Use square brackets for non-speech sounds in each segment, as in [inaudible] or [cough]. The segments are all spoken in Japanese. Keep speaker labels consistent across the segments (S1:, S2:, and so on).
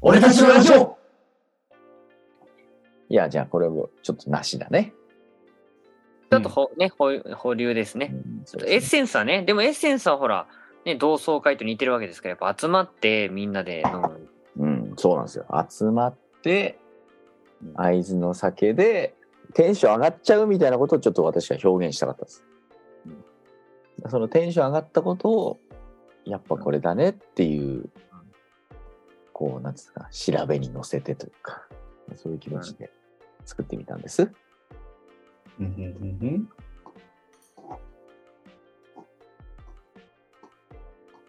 S1: 俺たちのラジオ
S2: いや、じゃあこれもちょっとなしだね。
S3: ちょっとほ、ね、保保留ですね。
S2: うん
S3: ちょっとエッセンスはね、でもエッセンスはほら、ね、同窓会と似てるわけですから、やっぱ集まってみんなで飲む。
S2: うん、そうなんですよ。集まって、会津の酒でテンション上がっちゃうみたいなことをちょっと私は表現したかったです。そのテンション上がったことを、やっぱこれだねっていう、こう、なんつうか、調べに乗せてというか、そういう気持ちで作ってみたんです。
S1: うんうんうんうん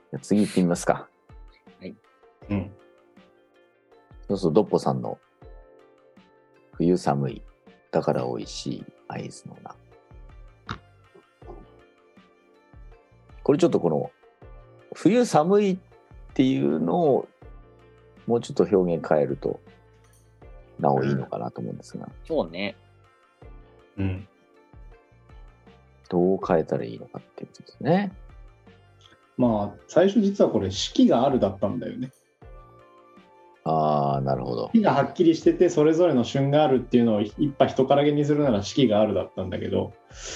S2: じゃあ次行ってみますか。
S1: うん
S2: そうそう、ドッポさんの、冬寒い、だから美味しい合図の名。これちょっとこの、冬寒いっていうのを、もうちょっと表現変えると、なおいいのかなと思うんですが、
S3: そうね。
S1: うん
S2: どう変えたらいいのかっていうことですね。
S1: まあ最初実はこれ四季があるだったんだよね
S2: あー、なるほど
S1: 四。季がはっきりしててそれぞれの旬があるっていうのを一派人からげにするなら四季があるだったんだけど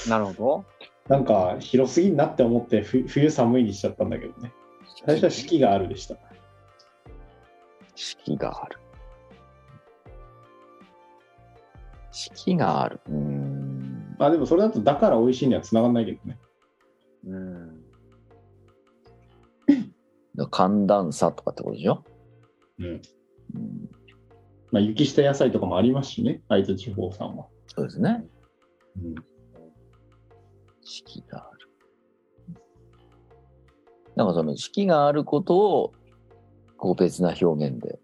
S3: なるほ
S1: なんか広すぎんなって思ってふ冬寒いにしちゃったんだけどね
S3: ど。
S1: 最初は四季があるでした
S2: 四季がある。四季がある。うーん。
S1: まあでもそれだとだから美味しいには繋がんないけどね
S3: うん。
S2: 寒暖差とかってことでしょ
S1: うん
S2: うん
S1: まあ雪下野菜とかもありますしね会津地方さんは
S2: そうですね。
S1: うん
S2: 四季がある。なんかその四季があることを、こう別な表現で、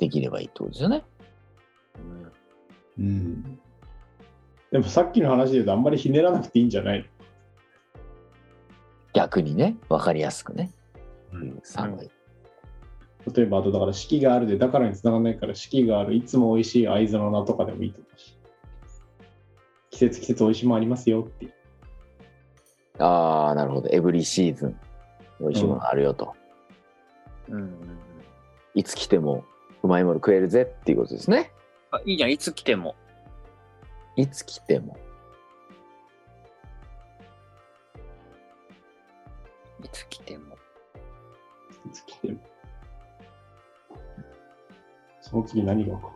S2: できればいいってことですよね。
S3: うん
S1: うんでもさっきの話で言うとあんまりひねらなくていいんじゃない
S2: 逆にね、わかりやすくね。寒い。
S1: 例えばあとだから四季があるでだからにつながらないから四季があるいつも美味しい会津の名とかでもいいと思うし季節季節美味しいもんありますよっていう
S2: ああ、なるほど。エブリシーズン、美味しいものあるよと。
S3: うんうん。
S2: いつ来ても、うまいもの食えるぜっていうことですね。
S3: あいいじゃん、いつ来ても。
S2: いつ来ても。
S3: いつ来ても。
S1: 季節来てるその次何が起こ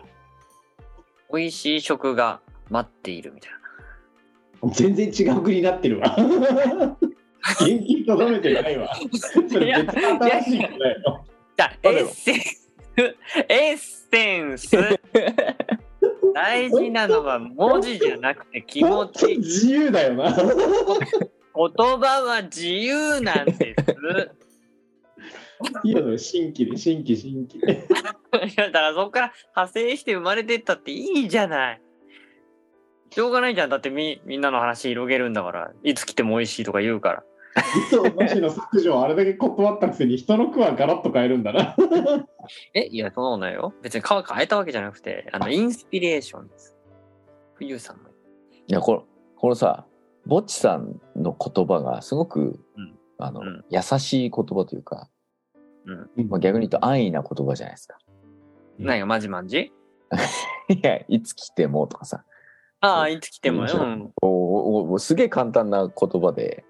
S3: 美味しい食が待っているみたいな。
S1: る全然違う国になってるわ元気とどめて [laughs] ないわそれ別に新しいことだよ
S3: だ
S2: あ
S3: エ
S2: で
S3: ッ
S2: も
S3: センスエッセンス大事なのは文字じゃなくて気持
S1: 本 [laughs] 当に
S3: ち
S1: 自由だよな
S3: 言葉は自由なんで
S1: いいよね新規で新規新規です
S3: い [laughs] やだからそこから派生して生まれてったっていいじゃないしょうがないじゃんだってみみんなの話広げるんだからいつ来ても美味しいとか言うから
S1: 嘘なしの削除をあれだけ断ったくせに人の句はガラッと変えるんだな
S3: えいやそうなよ別に顔変えたわけじゃなくてあのインスピレーションです冬さんも
S2: いや、この、このさ、ぼっちさんの言葉がすごく、
S3: うん
S2: あの、
S3: うん
S2: 優しい言葉というか、まあ、
S1: 逆
S2: 逆に言うと安易な言葉じゃないですか。 [laughs]
S3: 何がまじまんじ
S2: いや、いつ来てもとかさ、
S3: ああいつ来てもよ、
S2: う
S3: うん
S2: おおおすげえ簡単な言葉で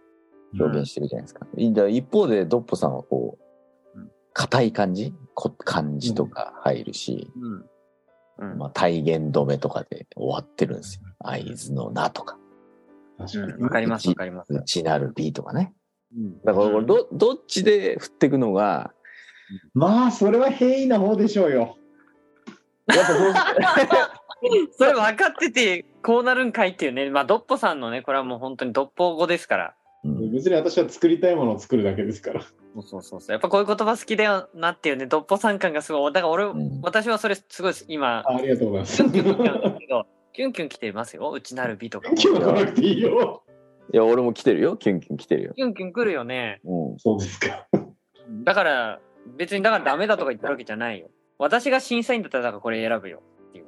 S2: 表現してるじゃないですか。いだ一方で、ドッポさんはこう
S3: うん、
S2: 硬い感じこ感じとか入るし、
S3: うんうん
S2: まあ、体言止めとかで終わってるんですよ。合図の名とか、
S3: うんわかりますわかります。
S2: 内なる美とかね。
S3: うん
S2: だからこれ
S3: うん
S2: ど、どっちで振っていくのが、
S1: まあそれは平易な方でしょうよ
S2: やっぱそう
S3: それ分かっててこうなるんかいっていうねまあドッポさんのねこれはもう本当にドッポ語ですから
S2: うん
S1: 別に私は作りたいものを作るだけですから
S3: そうそうそうそうやっぱこういう言葉好きだよなっていうねドッポさん感がすごいだから俺、
S2: うん
S3: 私はそれすごい今
S1: [laughs] あありがとうございます [laughs]
S3: キュンキュン来てるんですけどキュンキュン来てますようちなる美と
S1: [laughs]
S3: かもキ
S1: 今日は来なくていいよ
S2: いや、俺も来てるよ。キュンキュン来てるよ。
S3: ュンキュン来るよね
S2: うん。
S1: そうですか
S3: だから別にだからダメだとか言ってるわけじゃないよ私が審査員だったらだからこれ選ぶよっていう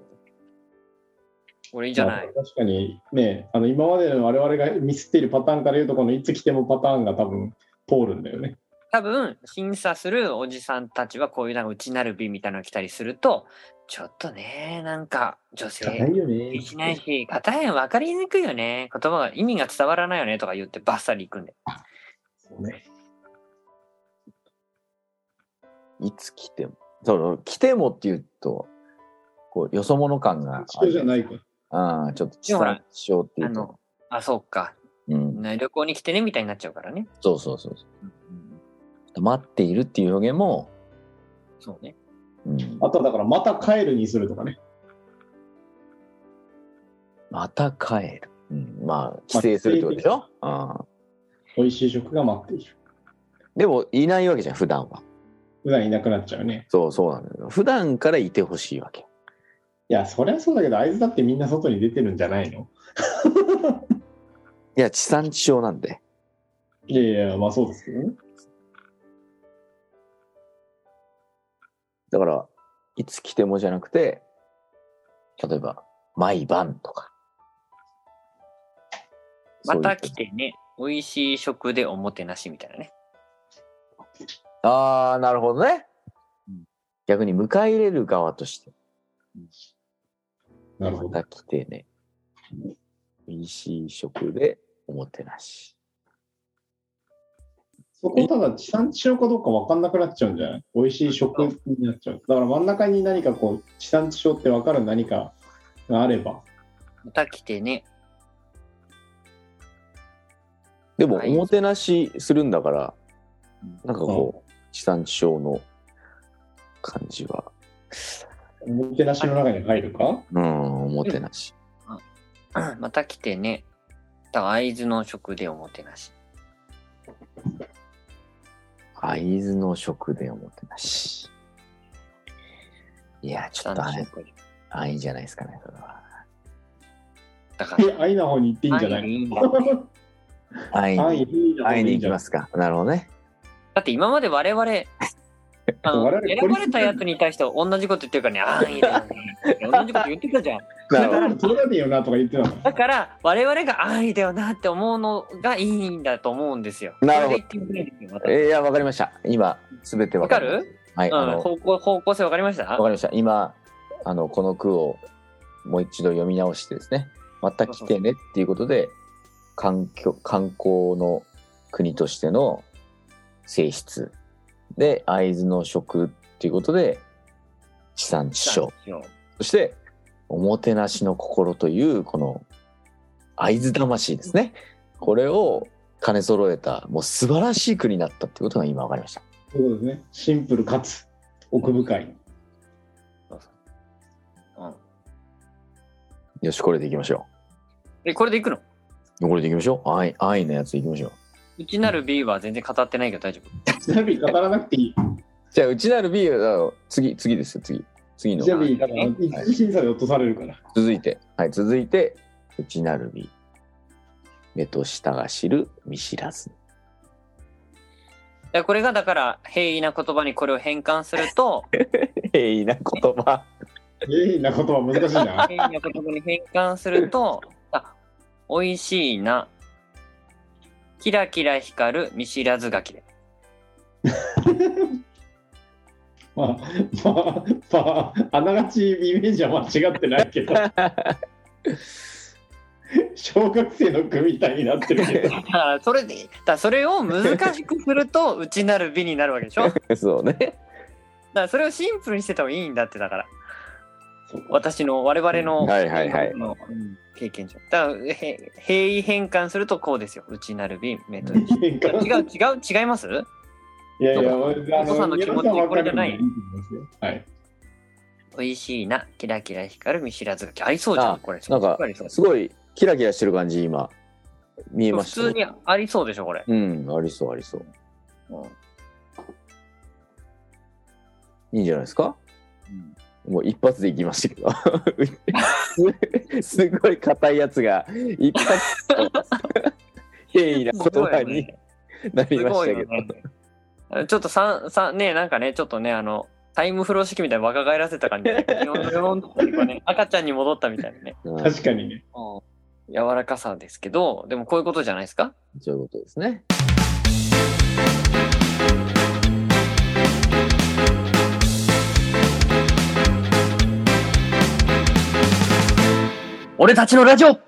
S3: 俺いいじゃない、
S1: まあ確かにねあの今までの我々がミスっているパターンから言うとこのいつ来てもパターンが多分通るんだよね
S3: 多分、審査するおじさんたちはこういうなんか内なる美みたいなの着たりすると、ちょっとね、なんか女
S1: 硬
S3: 性
S1: いよね。
S3: できない [laughs] し、片い分かりにくいよね。言葉が意味が伝わらないよねとか言ってバッサリ行くんで。
S1: そうね。
S2: いつ来ても。その、来てもっていうと、こう、よそ者感があ
S1: 人
S2: る
S1: じゃないから。
S2: ああ、ちょっと地
S3: でもほら
S2: 産地消ってい
S3: あ
S2: うか。
S3: の、あ、そうか。
S2: うん。
S3: 旅行に来てねみたいになっちゃうからね。
S2: そうそうそうそう。待っているっていう表現も、
S3: そうね。
S2: うん、
S1: あとはだから、また帰るにするとかね。
S2: また帰る。うん、まあ、帰省するってことでしょ、うん、
S1: 美味しい食が待っている。
S2: でも、いないわけじゃん、普段は。
S1: 普段いなくなっちゃうね。
S2: そうそうなんだよ。普段からいてほしいわけ。
S1: いや、そりゃそうだけど、会津だってみんな外に出てるんじゃないの
S2: いや、地産地消なんで。
S1: いやいや、まあそうですけどね。
S2: だから、いつ来てもじゃなくて、例えば、毎晩とか。
S3: また
S2: そうい
S3: 来
S2: う
S3: てね。美味しい食でおもてなしみたいなね。
S2: ああ、なるほどね
S3: うん。
S2: 逆に迎え入れる側として、
S1: なるほど
S2: ま。た来てね。美味しい食でおもてなし。
S1: そこただ地産地消かどうか分かんなくなっちゃうんじゃない美味しい食になっちゃう。だから真ん中に何かこう、地産地消って分かる何かがあれば、
S3: また来てね。 [clears throat]
S2: でも、
S3: は
S2: お
S3: い
S2: もてなしするんだから、なんか
S1: う
S2: こう、地産地消の感じは、
S1: おもてなしの中に入るか
S2: うん、おもてなし。
S3: また来てね。だから会津の食でおもてなし。
S2: 会津の食でおもてなし。いや、ちょっとあれ、
S3: 食で。
S2: あいいんじゃないですかね、それは。
S3: だから、
S1: え、愛の方に行っていいんじゃな
S3: 安易で
S1: い
S3: いいん [laughs] だよね
S2: 会い
S1: 愛
S2: に、
S1: に
S2: 会いに行き
S1: じゃ
S2: ま
S1: ん。
S2: すか。なるほどね。
S3: だって今まで我々、あの
S1: 我々
S3: 選ばれたやつに対して同じこと言ってるからね、安易だよね。同じこと言ってたじゃん。
S1: だから取らねえよなとか言ってたの。
S3: だから、我々が安易だよなって思うのがいいんだと思うんですよ。
S2: なるほど
S3: それで言ってくれるんですよまた
S2: えーいや、わかりました。今、すべてわかりま
S3: わ
S2: し
S3: か
S2: たはい、あ
S3: うん、
S2: の、わか
S3: 方向方向性分かりました
S2: りました。今、あの、この句をもう一度読み直してですね、また来てねっていうことで、環境、観光の国としての性質で、会津の食っていうことで、地産地消。そして、おもてなしの心という、この、会津魂ですね。これを兼ね揃えた、もう素晴らしい句になったってことが今分かりました。
S1: そういうことですね。シンプルかつ奥深い。
S3: うん
S2: よし、これでいきましょ
S3: え、これでいくの
S2: う。これでいきましょう。愛、愛のやついきましょう。
S3: 内なる B は全然語ってないけど大丈夫。
S1: ちなみに語らなくていい。
S2: じゃあ、うちなる B は、次、次ですよ、次。次の
S1: ち。なみに、だから、一次審査で落とされるから。
S2: 続いて。はい、続いて、うちなる B。目と舌が知る、見知らず。
S3: でこれがだから、平易な言葉にこれを変換す
S2: [laughs]
S3: ると、
S2: えいな言葉。 [laughs]
S1: ええなことは難しいな。
S3: 変な言葉に変換すると、あ、美味しいな。キラキラ光る見知らずがきで。
S1: まあ、まあ、まあ、あながちイメージは間違ってないけど、小学生の句みたいになってるけど、
S3: [laughs] だからそれで、だからそれを難しくすると、内なる美になるわけでしょだか
S2: そうね。
S3: らそれをシンプルにしてた方がいいんだって、だから。私の、我々の、
S2: はいはいはい
S3: 今までの
S1: [laughs]
S3: うん経験上。だから、へ平易変換するとこうですよ。内なる美、メトリ。
S1: 変
S3: 違う
S1: 換
S3: 違う違います
S1: いやいや、あ
S3: お父さんの気持ち
S1: 皆わ
S3: これじゃない
S1: かるんでいいと思いますよはい。
S3: 美味しいな、キラキラ光る見知らずがき。合いそうじゃ
S2: あ
S3: ん、これ。
S2: なんか
S3: やっぱりそう
S2: すごい、キラキラしてる感じ、今、見えま
S3: 普
S2: したね
S3: 通にありそうでしょ、これ。
S2: うん、ありそう、ありそう。いいんじゃないですかもう一発でいきましたけど。 [laughs] すすごい硬いやつが、一
S3: [laughs]
S2: 発と、平易な言葉になり
S3: す
S2: まし
S3: ご
S2: た
S3: い
S2: け
S3: よ
S2: ど。
S3: ね。ちょっとさんさんねなんかねちょっとねあのタイムフロー式みたいに若返らせた感じで、日本の世論っていうかね、赤ちゃんに戻ったみたいなね、
S2: うん
S1: 確かにね。
S3: 柔らかさですけど、でもこういうことじゃないですか
S2: そういうことですね。
S3: 俺たちのラジオ